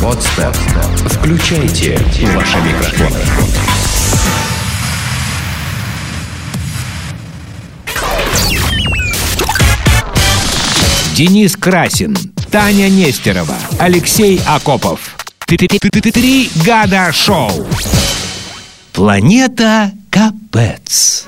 Подстер. Включайте ваши микрофоны. Денис Красин, Таня Нестерова, Алексей Акопов. Три года шоу. Планета Капец.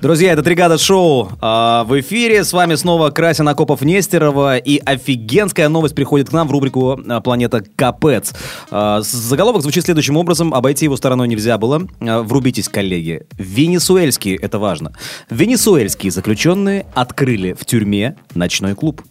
Друзья, это «Тригада Шоу» а, в эфире. С вами снова Красин Акопов Нестерова. И офигенская новость приходит к нам в рубрику а, «Планета Капец». А, с- заголовок звучит следующим образом. Обойти его стороной нельзя было. А, врубитесь, коллеги. Венесуэльские, это важно. Венесуэльские заключенные открыли в тюрьме ночной клуб.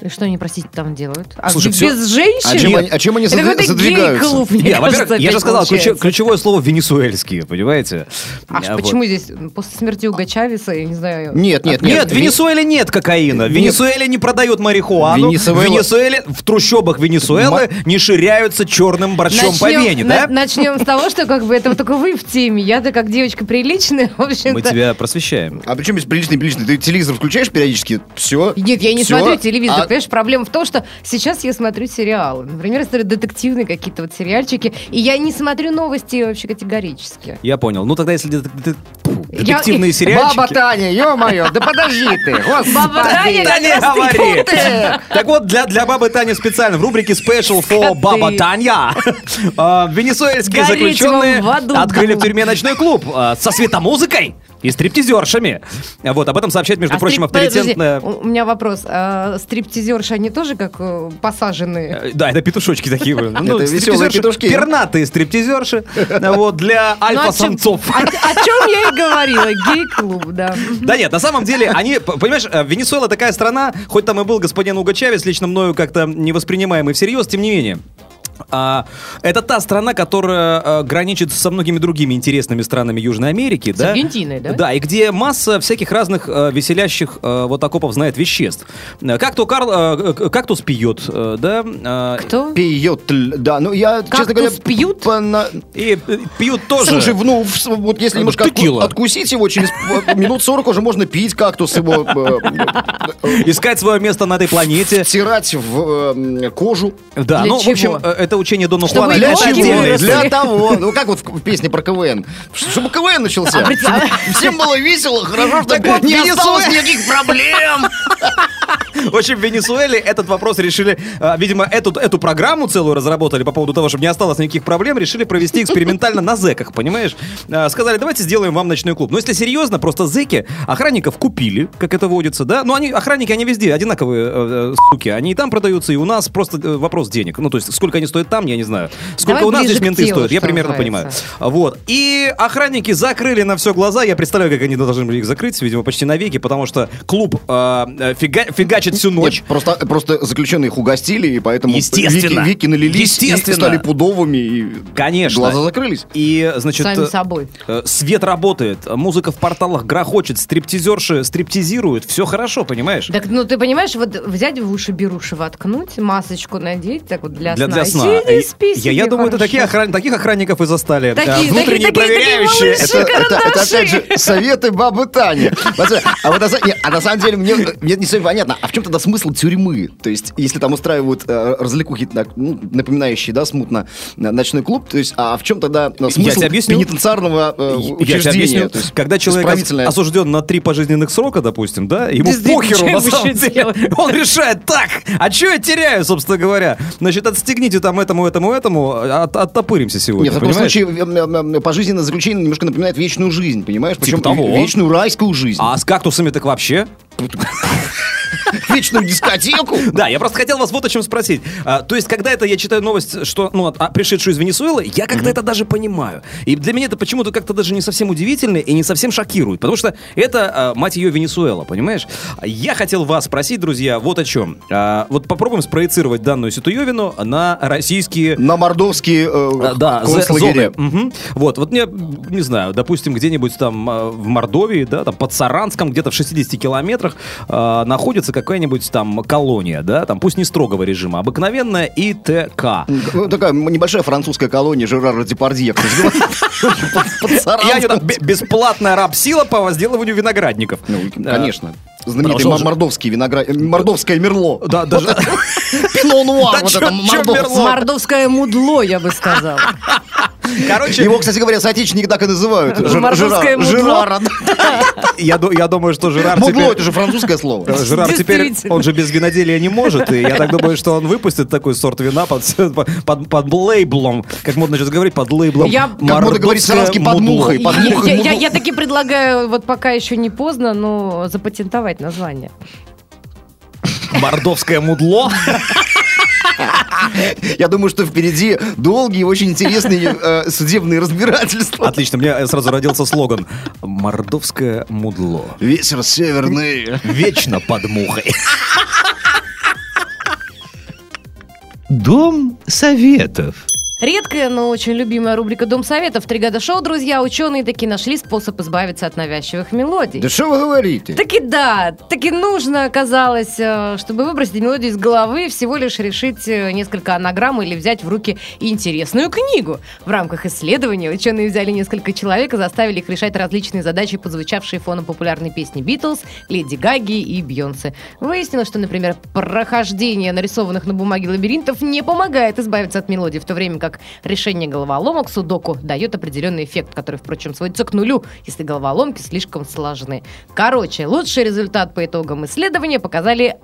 И Что они, простите, там делают? А Слушай, без всё- женщин? А чем они- а чем они Это задвиг- какой-то задвигаются? гей-клуб, мне Не, а, во-первых, кажется, я же опять сказал, ключе- получается. ключевое слово «венесуэльские», понимаете? А ж А, вот. почему здесь м, после смерти Уга Чавеса, я не знаю... Нет, Нет, нет, нет. в Венесуэле нет кокаина. В Нет. Венесуэле не продают марихуану. Венесуэла- В Венесуэле, в трущобах Венесуэлы не ширяются черным борщом по Вене, да? на- начнем с того, что как бы это только вы в теме. Я-то как девочка приличная, в общем-то... Мы тебя просвещаем. А причем без приличный, приличный? Ты телевизор включаешь периодически? А Все. Нет, я не смотрю телевизор. А- Понимаешь, проблема в том, что сейчас я смотрю сериалы. Например, я смотрю детективные какие-то вот сериальчики. И я не смотрю новости вообще категорически. Я понял. Ну тогда, если дет- дет- фу, Я- детективные сериальчики... Баба Таня, ё-моё, да подожди ты, Баба Таня господи. Да не как раз таки говори! вот это. Так вот, для, для Бабы Тани специально в рубрике Special for Скоты. Баба Таня а, венесуэльские Гореть заключенные вам в аду, открыли да. в тюрьме ночной клуб а, со светомузыкой и стриптизершами. А Вот, об этом сообщает, между А прочим, э, стрип- авторитетная... подожди, У у меня вопрос. А Стриптизерши, они тоже как э, посаженные? Э, Да, это петушочки такие. ну, Это стриптизерши, веселые петушки. Пернатые стриптизерши. э, Вот, для альфа-самцов. Ну, О чем о чем я и говорила. Гей-клуб, да. Да нет, на самом деле, они, п- понимаешь, э, Венесуэла такая страна, хоть там и был господин Уго Чавес, лично мною как-то не воспринимаемый всерьез, тем не менее. А, это та страна, которая э, граничит со многими другими интересными странами Южной Америки, да? Аргентиной, да? Да, и где масса всяких разных э, веселящих э, вот окопов знает веществ. Э, Какту Карл, э, к- кактус пьет, э, да? э, Кто? Пьет, ль- да, ну я, честно говоря... Кактус пьют? пона- И э, пьют тоже. Слушай, в- ну, в- вот если немножко отку- Текила. откусить его, через э, минут 40 уже можно пить кактус его, э, э, искать свое место на этой планете. втирать в э, кожу. Да, Для ну, в общем, чего? э, это учение Дона Чтобы Хуана. Для это легкие отдельная выросли. история. Для того. Ну, как вот в песне про КВН. Чтобы КВН начался. Чтобы Всем было весело, хорошо, Так чтобы вот, не Венесуэла- осталось никаких проблем. В общем, в Венесуэле этот вопрос решили, э, видимо, эту, эту программу целую разработали по поводу того, чтобы не осталось никаких проблем, решили провести экспериментально на зэках, понимаешь? Э, Сказали, давайте сделаем вам ночной клуб. Но если серьезно, просто зэки охранников купили, как это водится, да? Ну, они, охранники, они везде одинаковые, э, э, суки. Они и там продаются, и у нас просто э, вопрос денег. Ну, то есть, сколько они стоят там, я не знаю. Сколько Давай у нас ближе здесь к менты телу, стоят, я что примерно понимаю. называется. Вот. И охранники закрыли на все глаза. Я представляю, как они должны были их закрыть, видимо, почти навеки, потому что клуб э, э, фига- фигачит всю ночь. Нет, просто, просто заключенные их угостили, и поэтому Естественно. вики, вики налились и- Естественно. и стали пудовыми. И Конечно. Глаза закрылись. И, значит, Сами э, собой. э, свет работает, музыка в порталах грохочет, стриптизерши стриптизируют, все хорошо, понимаешь? Так, ну ты понимаешь, вот взять в уши беруши воткнуть, масочку надеть, так вот для, Для, сна. для и сна. сиди, И- спи я, я себе думаю, это такие хорошо. охран- таких охранников и застали. Такие, да, такие, внутренние такие, такие проверяющие. малыши. Это, это- это, Карандаши. опять же, советы бабы Тани. Смотри, а, вот на, са- не, а на самом деле мне, мне не совсем понятно, а в чем тогда смысл тюрьмы? То есть, если там устраивают э, развлекухи, так, ну, напоминающие, да, смутно, э, ночной клуб, то есть, а в чем тогда э, смысл тебе объясню. пенитенциарного э, Я тебе учреждения? объясню, То есть, когда человек исправительное- осужден на три пожизненных срока, допустим, да, ему Действительно, похеру что на ему самом ещё деле. делать? Он решает, так, а что я теряю, собственно говоря? Значит, отстегните там этому, этому, этому, а, от- оттопыримся сегодня, Нет, в таком понимаешь? случае э, э, э, пожизненное заключение немножко напоминает вечную жизнь, понимаешь? Причем Типа того. ве- вечную райскую жизнь, А с кактусами так вообще? вечную дискотеку. Да, я просто хотел вас вот о чем спросить. А, то есть, когда это я читаю новость, что, ну, от- а, пришедшую из Венесуэлы, я как-то это даже понимаю. И для меня это почему-то как-то даже не совсем удивительно и не совсем шокирует, потому что это, а, мать ее, Венесуэла, понимаешь? Я хотел вас спросить, друзья, вот о чем. А, вот попробуем спроецировать данную ситуевину на российские На мордовские а, э, Да, з- зоны. концлагеря. Мгм. Вот, вот мне, не знаю, допустим, где-нибудь там э, в Мордовии, да, там под Саранском, где-то в 60 километрах э, находится какая-нибудь там колония, да, там пусть не строгого режима, обыкновенная ИТК. Ну, такая небольшая французская колония Жерара Депардье. кто называет. Под И они Саранском. там бе- бесплатная рабсила по возделыванию виноградников. Ну, конечно. Э, знаменитый Потому что м- мордовский виноград... э, Мордовское мерло. Да, даже... Пино нуар, Да вот чё- это чё мордовское. мерло? Мордовское мудло, я бы сказала. Короче, Его, кстати говоря, соотечественники так и называют. Жир- Мордовское Жира- мудло. Жирара. я ду- я думаю, что Жерар Мудло теперь... это же французское слово. Э, Жерар теперь, Действительно. он же без виноделия не может, и я так думаю, что он выпустит такой сорт вина под, под, под лейблом, как модно сейчас говорить, под лейблом. Я- Как модно «Мордовское говорить, саранский, под мудло». мухой. Я- под мухой, я- мудло. Я я таки предлагаю, вот пока еще не поздно, но запатентовать название. Мордовское мудло. Я думаю, что впереди долгие и очень интересные э, судебные разбирательства. Отлично, мне э, сразу родился слоган. Мордовское мудло. Ветер северный. Вечно под мухой. Дом советов. Редкая, но очень любимая рубрика «Дом советов». Три года шоу, друзья, ученые таки нашли способ избавиться от навязчивых мелодий. Да что вы говорите? Таки да, таки нужно оказалось, э, чтобы выбросить мелодию из головы, всего лишь решить э, несколько анаграмм или взять в руки интересную книгу. В рамках исследования ученые взяли несколько человек и заставили их решать различные задачи, подзвучавшие фоном популярной песни Битлз, Леди Гаги и Бьонсе. Выяснилось, что, например, прохождение нарисованных на бумаге лабиринтов не помогает избавиться от мелодии, в то время как решение головоломок судоку дает определенный эффект, который, впрочем, сводится к нулю, если головоломки слишком сложны. Короче, лучший результат по итогам исследования показали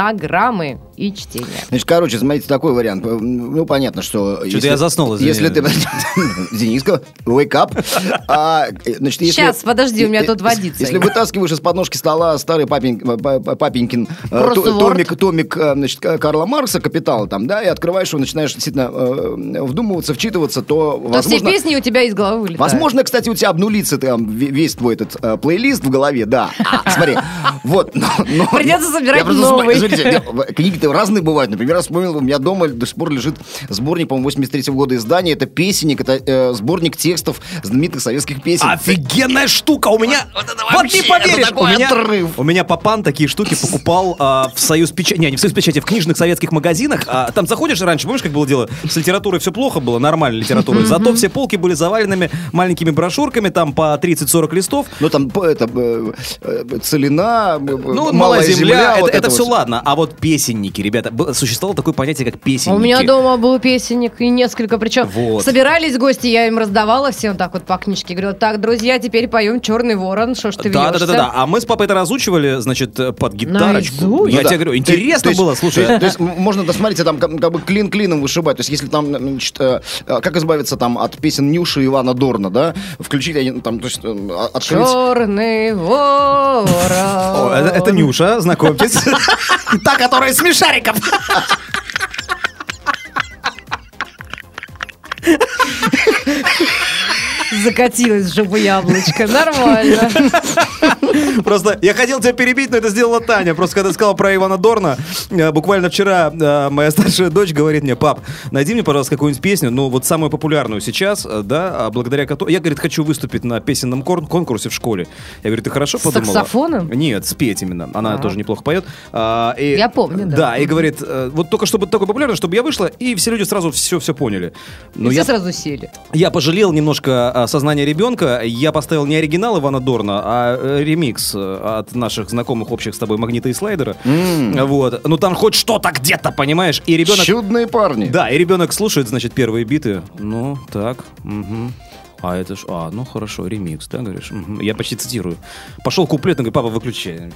анаграммы и чтение. Значит, короче, смотрите, такой вариант. Ну, понятно, что... Что-то я заснул, извини. Если ты... Дениска, wake up. А, э, значит, если- Сейчас, подожди, у меня тут э, водится. Если вытаскиваешь из подножки стола старый папень- па- па- папенькин э, Просто то- Word. томик, томик э, значит, К- Карла Маркса, «Капитал» там, да, и открываешь его, начинаешь действительно э, вдумываться, вчитываться, то, То все возможно... песни у тебя из головы вылетают. Возможно, кстати, у тебя обнулится там ве- весь твой этот э, плейлист в голове, да. А, смотри, вот. но- но- Придется собирать Я просто вспом- новый. Извините, я- в- книги-то разные бывают. Например, я вспомнил, у меня дома до сих пор лежит сборник, по-моему, 83 года издания. Это песенник, это э, сборник текстов знаменитых советских песен. Офигенная штука! У меня... Вот вообще, не поверишь! это У такой меня, отрыв. у меня папан такие штуки покупал а, в Союз Печати... Не, не в Союз Печати, в книжных советских магазинах. А, там заходишь раньше, помнишь, как было дело? С литературой все плохо было, нормальной литературой. Зато все полки были заваленными маленькими брошюрками, там по 30-40 листов. Ну, там п- это, э, э, целина, ну, Ну, малая, малая земля, это, вот это все вот. ладно. А вот песенники, ребята, было- существовало такое понятие, как А песенники. У меня дома был песенник и несколько, причем Вот. собирались гости, я им раздавала всем так вот по книжке, говорила, так, друзья, теперь поем «Черный ворон», что ж ты Да, да, вьешься?» да, да, да. А мы с папой это разучивали, значит, э, под гитарочку. Наизусть? Я Ну да. тебе говорю, То- интересно то есть- было, слушай. То, есть- то есть м- можно, да, смотрите, там как, как бы клин клином вышибать. То есть если там, значит, э, э, как избавиться там от песен Нюши и Ивана Дорна, да? Включить, они там, то есть э, о- открыть... Черный ворон. О, это, это Нюша, знакомьтесь. Та, которая из смешариков. Закатилась жопа яблочко. Нормально. Просто я хотел тебя перебить, но это сделала Таня. Просто когда ты сказал про Ивана Дорна, э, буквально вчера э, моя старшая дочь говорит мне, пап, найди мне, пожалуйста, какую-нибудь песню, ну вот самую популярную сейчас, э, да, а благодаря которой... Я, говорит, хочу выступить на песенном кон- конкурсе в школе. Я говорю, ты хорошо С подумала? саксофоном? Нет, спеть именно. Она Ага. тоже неплохо поет. А, и- Я помню, да. Да, и говорит, э, вот только чтобы такое популярно, чтобы я вышла, и все люди сразу все-все поняли. И Но Ну, все я сразу сели. я пожалел немножко а, сознание ребенка. Я поставил не оригинал Ивана Дорна, а э, ремикс э, от наших знакомых общих с тобой магнита и слайдера. Вот. Ну там хоть что-то где-то, понимаешь? И ребенок. Чудные парни. Да, и ребенок слушает, значит, первые биты. Ну, так. мгм. А это ж. А, ну хорошо, ремикс, да, говоришь? Мгм. Я почти цитирую. Пошел куплет, он говорит, папа, выключай.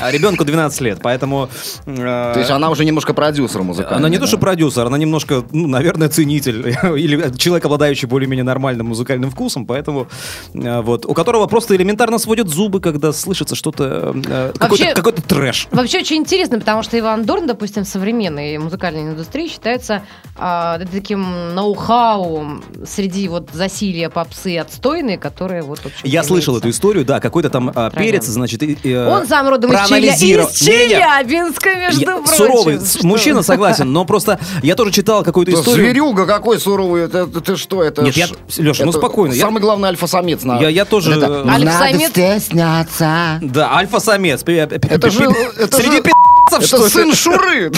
А ребенку 12 лет, поэтому. э, То есть она уже немножко продюсер музыкальный. она не то, да? что продюсер, она немножко, ну, наверное, ценитель. Или человек, обладающий более-менее нормальным музыкальным вкусом, поэтому э, вот. У которого просто элементарно сводят зубы, когда слышится что-то... э, А Вообще- Какой-то какой-то трэш. Вообще очень интересно, потому что Иван Дорн, допустим, в современной музыкальной индустрии считается а, таким ноу-хау среди вот засилия попсы отстойные, которые вот... в общем, Я слышал имеются. эту историю, да, какой-то там э, Странно. перец, значит... и- и, э, Он сам родом из, Челя... проанализировал. из Не-не-не. Челябинска, между Я- прочим. суровый с- Что мужчина, вы. согласен, но просто я тоже читал какую-то Да историю. Зверюга какой суровый, это, это- ты что, это... Нет, я- ж- Лёша, ну это спокойно, я- Самый главный альфа-самец. на- Я- я тоже, Это- э, Надо Альфа-самец- стесняться. Да, альфа-самец. Пи- пи- Это пи- же... пи- это Среди же- пи***цев, Это что ли? сын Шуры.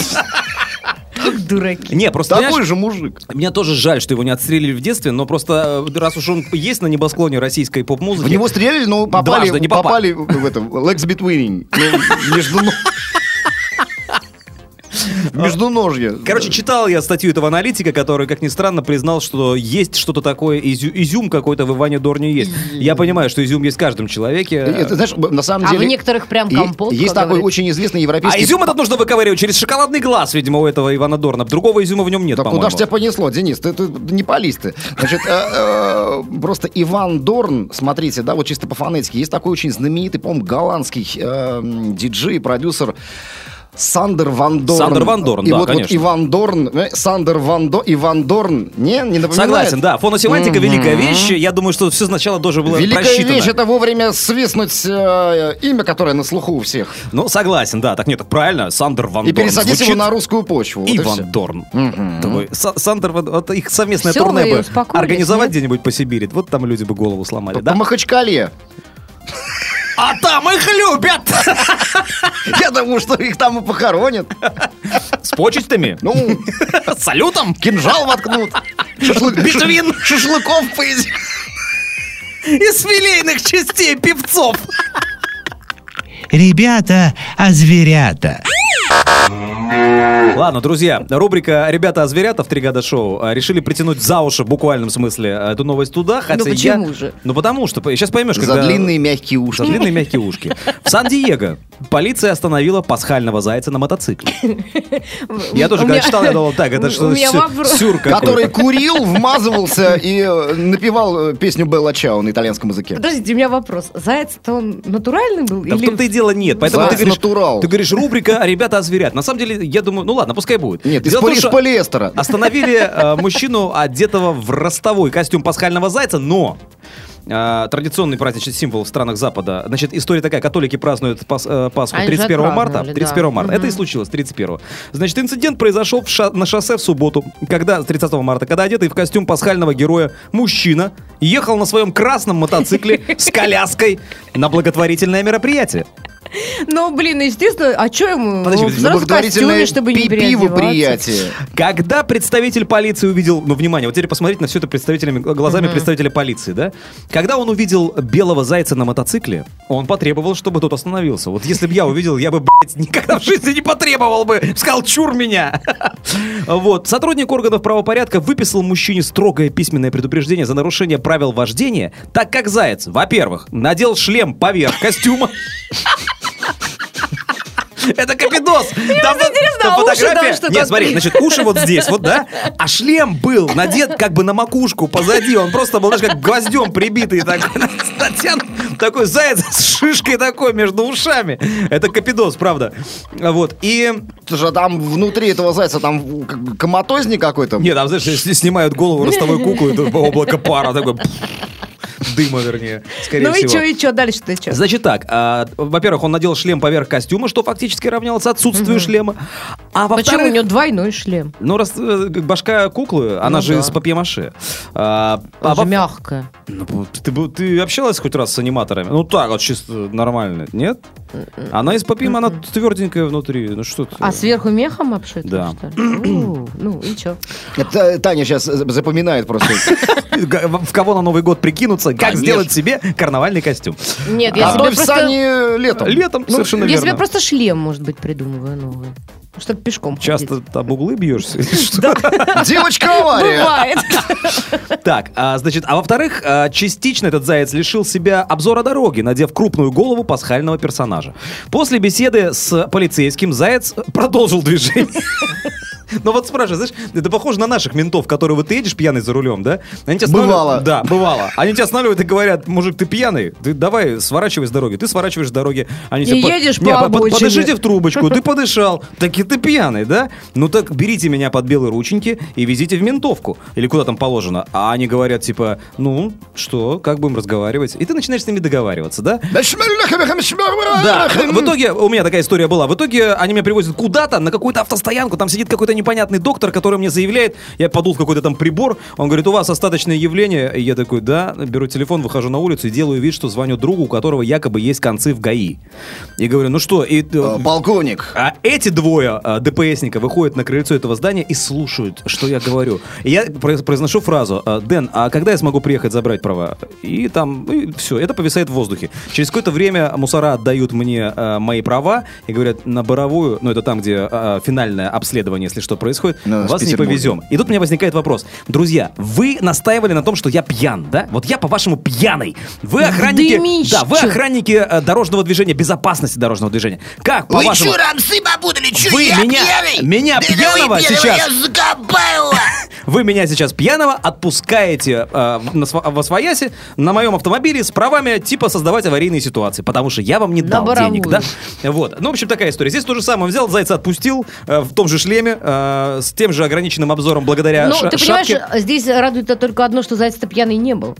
Дураки. Не, просто, Такой понимаешь, же мужик. Мне тоже жаль, что его не отстрелили в детстве, но просто э, раз уж он есть на небосклоне российской поп-музыки... В него стреляли, но попали, Дважды не попали. попали. в этом. Legs between. Ну, Между ног. Междуножье. Короче, читал я статью этого аналитика, который, как ни странно, признал, что есть что-то такое, изю- изюм какой-то в Иване Дорне есть. Я понимаю, что изюм есть в каждом человеке. Э, э, Ты знаешь, на самом А деле... в некоторых прям е- компот. Есть как такой говорится. очень известный А европейский... изюм этот нужно выковыривать через шоколадный глаз, видимо, у этого Ивана Дорна. Другого изюма в нем нет, Так куда по-моему. же тебя понесло, Денис? Ты, ты не пались ты. Значит, э, э, просто Иван Дорн, смотрите, да, вот чисто по фонетике, есть такой очень знаменитый, по-моему, голландский э, м, диджей, продюсер Сандер Ван Дорн. Сандер Ван Дорн, И да, вот, вот конечно. Иван Дорн, э, Сандер Ван Дорн, Иван Дорн, не, не напоминает? Согласен, да. Фоносемантика Мгм. великая вещь. Я думаю, что все сначала должно было Великая просчитано. вещь это вовремя свистнуть э, имя, которое на слуху у всех. Ну, согласен, да. Так нет, так правильно. Сандер Ван И Дорн. пересадить звучит его на русскую почву. вот и Иван всё. Дорн. Мгм. Такой, Са- Сандер Ван вот их совместное Всё, турне вы бы успокоились, организовать нет? где-нибудь по Сибири. Вот там люди бы голову сломали, По да? Махачкале. А там их любят! Я думаю, что их там и похоронят. С почестями? Ну, С салютом? кинжал воткнут. Шашлык- Битвин. Шашлыков поедят. Из филейных частей певцов! Ребята, а зверята. Ладно, друзья, рубрика «Ребята о зверятах» в «Три года шоу» э, решили притянуть за уши, в буквальном смысле, э, эту новость туда, хотя почему я... же? Ну потому что, сейчас поймешь, За когда- длинные мягкие уши. За длинные мягкие ушки. В Сан-Диего полиция остановила пасхального зайца на мотоцикле. Я тоже У когда меня- читал, я думал, так, это У что меня вопрос. сюр Который какой-то. курил, вмазывался и э, напевал э, песню Белла Чао на итальянском языке. Подождите, у меня вопрос. Заяц-то он натуральный был? Да в или... том-то и дело нет. Поэтому ты Заяц говоришь, натурал. ты говоришь, рубрика «Ребята о зверят». На самом деле, я думаю, ну ладно, пускай будет. Нет, из, Дело в том, поли- из что- полиэстера. Остановили э, мужчину, одетого в ростовой костюм пасхального зайца, но э, традиционный праздничный символ в странах Запада. Значит, история такая, католики празднуют пас- э, Пасху Они же 31 марта. отпраздновали, 31 да. марта. Это и Мгм. случилось 31. Значит, инцидент произошел в ша- на шоссе в субботу, когда, 30 марта, когда одетый в костюм пасхального героя мужчина ехал на своем красном мотоцикле с коляской на благотворительное мероприятие. Ну, блин, естественно, а что ему? Подожди, Он подожди, взрос в костюме, Благотворительное чтобы не пи- пиво переодеваться. приятие. Когда представитель полиции увидел, ну внимание, вот теперь посмотрите на все это представителями, глазами представителя полиции, да? Когда он увидел белого зайца на мотоцикле, он потребовал, чтобы тот остановился. Вот если бы я увидел, я бы, блядь, никогда в жизни не потребовал бы. Сказал, чур меня. Вот. Сотрудник органов правопорядка выписал мужчине строгое письменное предупреждение за нарушение правил вождения, так как заяц, во-первых, надел шлем поверх костюма. Это капидос. Там, интересно, там а уши фотография- там что-то Нет, смотри, открыли? значит, уши вот здесь, вот, да? А шлем был надет как бы на макушку позади. Он просто был, знаешь, как гвоздем прибитый такой. Натянут. Такой заяц с шишкой такой между ушами. Это капидос, правда. Вот. И... Это же там внутри этого зайца там как бы коматозник какой-то. Нет, там, знаешь, с- снимают голову ростовой куклы, это облако пара такое... Дыма, вернее, скорее Ну и всего. что, и что, дальше-то что? Значит так, а, во-первых, он надел шлем поверх костюма, что фактически равнялось отсутствию шлема. А во-вторых... Почему у него двойной шлем? Ну, раз э, башка куклы, она Ну же да. из папье-маше. А, а Она же во- мягкая. Ну, ты, бы- ты общалась хоть раз с аниматорами? Ну так, вот чисто нормально, нет? Она из папье она тверденькая внутри. Ну что ты? М-м. А сверху мехом обшито, Да. что ли? У, Ну и что? Это Э, Таня сейчас запоминает просто. Г- В кого на Новый год прикинуться? Как Конечно. сделать себе карнавальный костюм? Нет, я себе Готовь просто... сани А, летом. Летом, А совершенно Ну, Я себе верно. просто шлем, может быть, придумываю новый. Чтобы пешком Часто ходить. об углы бьешься? Девочка авария. Бывает. Так, а, значит, а во-вторых, а, частично этот заяц лишил себя обзора дороги, надев крупную голову пасхального персонажа. После беседы с полицейским заяц продолжил движение. Ну вот спрашиваю, знаешь, это похоже на наших ментов, которые вот ты едешь пьяный за рулем, да? Они тебя останавливают- Бывало. Да, бывало. Они тебя останавливают и говорят, мужик, ты пьяный, ты давай сворачивай с дороги. Ты сворачиваешь с дороги. Они И тебя по- едешь Не, по по- обочине. Подышите в трубочку, ты подышал. Так и ты пьяный, да? Ну так берите меня под белые рученьки и везите в ментовку. Или куда там положено. А они говорят, типа, ну, что, как будем разговаривать? И ты начинаешь с ними договариваться, да? Да, в итоге у меня такая история была. В итоге они меня привозят куда-то, на какую-то автостоянку, там сидит какой-то не непонятный доктор, который мне заявляет, я подул в какой-то там прибор, он говорит, у вас остаточное явление. И я такой, да, беру телефон, выхожу на улицу и делаю вид, что звоню другу, у которого якобы есть концы в ГАИ. И говорю, ну что, и... э, Э, Полковник. а эти двое а, ДПСника выходят на крыльцо этого здания и слушают, что я говорю. И я про- произношу фразу, а, Дэн, а когда я смогу приехать забрать права? И там, все, это повисает в воздухе. Через какое-то время мусора отдают мне а, мои права и говорят, на Боровую, ну это там, где а, финальное обследование, если что, происходит, Ну, в вас не Петербурге. повезем. И тут у меня возникает вопрос. Друзья, вы настаивали на том, что я пьян, да? Вот я, по-вашему, пьяный. Вы охранники... дымище. Да, вы охранники э, дорожного движения, безопасности дорожного движения. Как, Вы по-вашему... чё, рамсы побудали? Чё, Вы я меня- пьяный? меня да пьяного вы пьяного, сейчас- Я закопаю! Вы меня сейчас пьяного отпускаете э, в- на сво- во свояси на моем автомобиле с правами типа создавать аварийные ситуации, потому что я вам не На дал Боровую. денег, да? Вот. Ну, в общем, такая история. Здесь то же самое. Взял зайца, отпустил э, в том же шлеме, э, с тем же ограниченным обзором благодаря Ну, ша- ты понимаешь, шапке. здесь радует только одно, что заяц-то пьяный не был.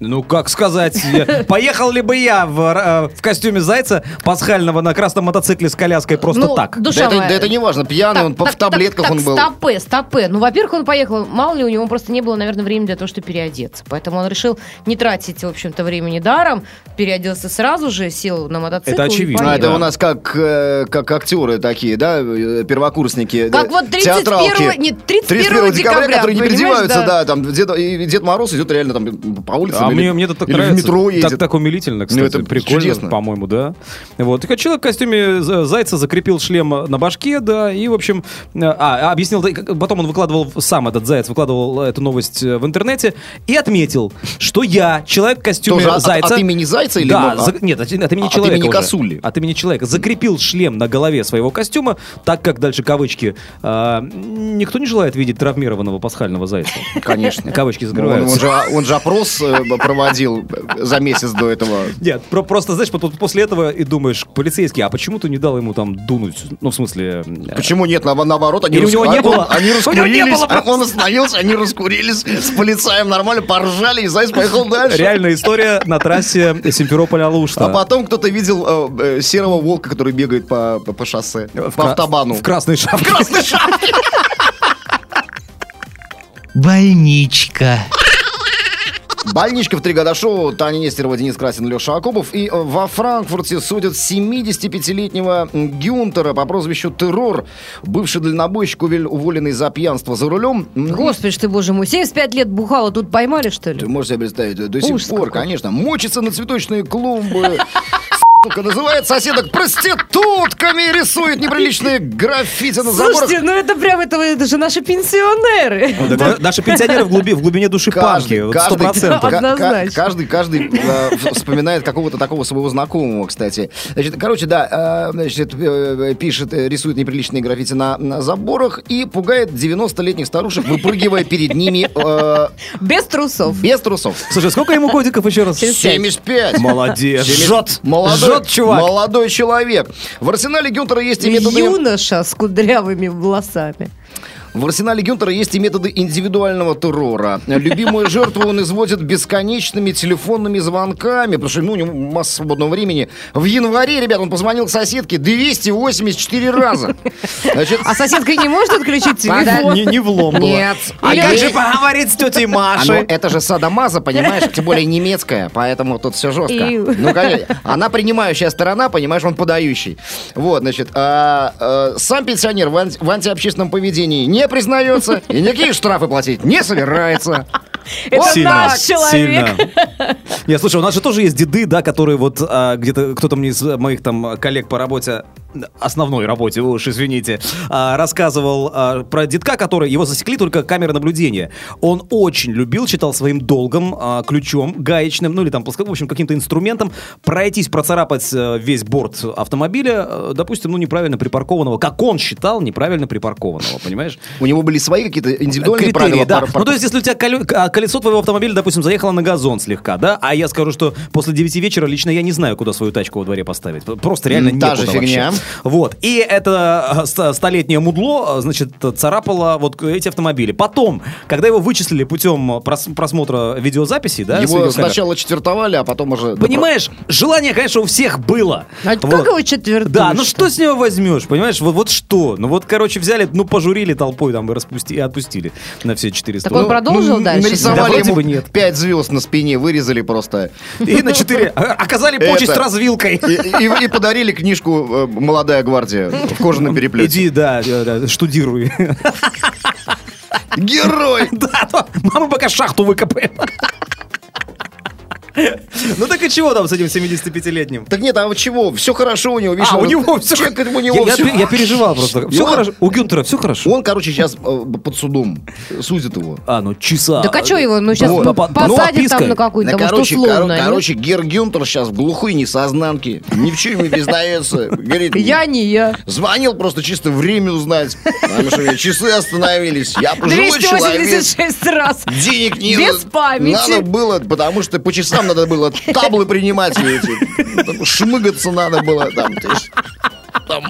Ну, как сказать, я- поехал ли бы я в, э, в костюме зайца пасхального на красном мотоцикле с коляской просто Ну, так? Душа Да это, моя. да это не важно, пьяный он, Ну, по- в таблетках так, он был. Стопе, стопе. Ну, во-первых, он поехал, мало ли, у него просто не было, наверное, времени для того, чтобы переодеться. Поэтому он решил не тратить, в общем-то, времени даром, переоделся сразу же, сел на мотоцикл. Это и очевидно. Ну, поехал. Понятно. это у нас как, э, как актеры такие, да, э, первокурсники. Как да, вот 31 театралки. нет, 31 декабря, которые не понимаешь, переодеваются, да. да. там Дед, и Дед Мороз идет реально там по улицам А или, мне, мне это так или нравится. в метро так, едет. так умилительно, кстати. это прикольно, чудесно. по-моему, да. Вот. Так а человек в костюме за- зайца закрепил шлем на башке, да, и, в общем, э, а, объяснил, да, и как- потом он выкладывал, в- сам этот заяц выкладывал эту новость э, в интернете и отметил, что я, человек в костюме Тоже от- зайца... от имени зайца или Да, ну, за- а- нет, от, от имени от человека имени уже. косули. От имени человека. Закрепил шлем на голове своего костюма, так как, дальше кавычки, э, никто не желает видеть травмированного пасхального зайца. Конечно. Ну, Кавычки Он, закрываются. он же, он же опрос э, проводил за месяц до этого. Нет, про- просто, знаешь, вот после этого и думаешь, полицейский, а почему ты не дал ему там дунуть? Ну, в смысле... э, Почему нет? Наоб- Наоборот, они, Или у него не а- было? он- они У него не раскурились. было а он остановился, они раскурились с полицаем нормально, поржали, и заяц поехал дальше. Реальная история на трассе Симферополя-Алушта. А потом кто-то видел э, э, серого волка, который бегает по, по- по шоссе, В по кра- автобану. В красной шапке. Больничка. Больничка в три года шоу. Таня Нестерова, Денис Красин, Леша Акопов. И э, во Франкфурте судят 75-летнего Гюнтера по прозвищу Террор. Бывший дальнобойщик, уволь- уволенный за пьянство за рулем. М, Господи ж ты, боже мой, 75 лет бухала, тут поймали, что Ты ли? можешь себе представить, э, до сих Ужас пор, какой. конечно, мочится на цветочные клумбы. Сука, называет соседок проститутками, рисует неприличные граффити на заборах. Слушайте, ну это прям, это, это же наши пенсионеры. Ну, так Наши пенсионеры в глуби- в глубине души панки. вот Сто процентов. ка- ка- Однозначно. каждый, каждый э, в- вспоминает какого-то такого своего знакомого, кстати. Значит, короче, да, э, значит, э, пишет, э, рисует неприличные граффити на, на заборах и пугает 90-летних старушек, выпрыгивая перед ними э, Без трусов. без трусов. Слушай, сколько ему годиков еще раз? 75. Молодец. 70. Жжет. Молодой, Жжет, чувак. молодой человек. В арсенале Гюнтера есть и методы... Юноша с кудрявыми волосами. В арсенале Гюнтера есть и методы индивидуального террора. Любимую жертву он изводит бесконечными телефонными звонками, потому что ну, у него масса свободного времени. В январе, ребят, он позвонил соседке 284 раза. Значит, А соседка не может отключить телефон? Не, не влом было. Нет. А Или- как же поговорить с тетей а ну, Машей? это же садомаза, понимаешь, тем более немецкая, поэтому тут все жестко. Ию. Ну, конечно, она принимающая сторона, понимаешь, он подающий. Вот, значит, а, э, сам пенсионер в, анти- в антиобщественном поведении не признается и никакие штрафы платить не собирается. Это наш человек. сильно. Не, слушай, у нас же тоже есть деды, да, которые вот а, где-то кто-то мне из моих там коллег по работе, основной работе, вы уж извините, а, рассказывал а, про детка, который его засекли только камеры наблюдения. Он очень любил, считал своим долгом, а, ключом гаечным, ну или там, плоско- в общем, каким-то инструментом пройтись, процарапать э, весь борт автомобиля, э, допустим, ну неправильно припаркованного, как он считал, неправильно припаркованного, понимаешь? У него были свои какие-то индивидуальные Э, Критерии, правила. да. пар- пар- Ну, то есть, если у тебя колё- к- колесо твоего автомобиля, допустим, заехало на газон слегка, да, а я скажу, что после 9 вечера лично я не знаю, куда свою тачку во дворе поставить. Просто реально М, та же некуда вообще. фигня. Вот. И это э, ст- столетнее мудло, э, значит, царапало вот эти автомобили. Потом, когда его вычислили путем прос- просмотра видеозаписи, да, с Его видеокамер, сначала четвертовали, а потом уже... Понимаешь, желание, конечно, у всех было. А Вот. как его четвертушка? Да, ну что с него возьмешь, понимаешь? Вот, вот что? Ну вот, короче, взяли, ну пожурили толпой там и распусти, и отпустили на все четыре Так он стороны. продолжил н- дальше? Да, Ну, Нарисовали вроде бы ему нет. пять звезд на спине, вырезали просто. И на четыре а, оказали почесть Это- развилкой. И, и- и подарили книжку э, «Молодая гвардия» в кожаном переплете. Иди, да, да, да, штудируй. Герой! Да, а то- мама пока шахту выкопает. Ну так и чего там с этим 75-летним? Так нет, а вот чего? Все хорошо у него. видишь, А, у он- него все... Чек у него я, всё- я- я переживал просто. Все Ну, хорошо. У Гюнтера все хорошо. Он, короче, сейчас под судом. Судит его. А, ну часа. Так а что его, ну сейчас Вот. Ну, посадят подписка. там на какую-то, Да, может, короче, кор- условно. нет? короче, Гер Гюнтер сейчас в глухой несознанке. Ни в чем не признается. Говорит, Я не я. звонил просто чисто время узнать. Потому что у меня часы остановились. Я пожилой человек. 286 раз. Денег не Без было. памяти. Надо было, потому что по часам надо было таблы принимать. эти. Там Шмыгаться надо было. Там, то есть, там.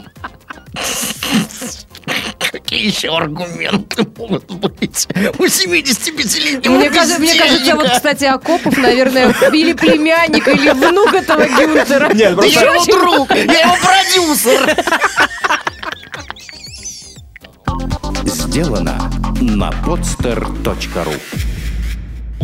Какие еще аргументы могут быть у 75-летнего Мне кажется, мне кажется, вот, бездельника? кстати, Акопов, наверное, или племянник, или внук этого Гюнтера. Нет, Да просто- я его друг, я его продюсер. Сделано на podster.ru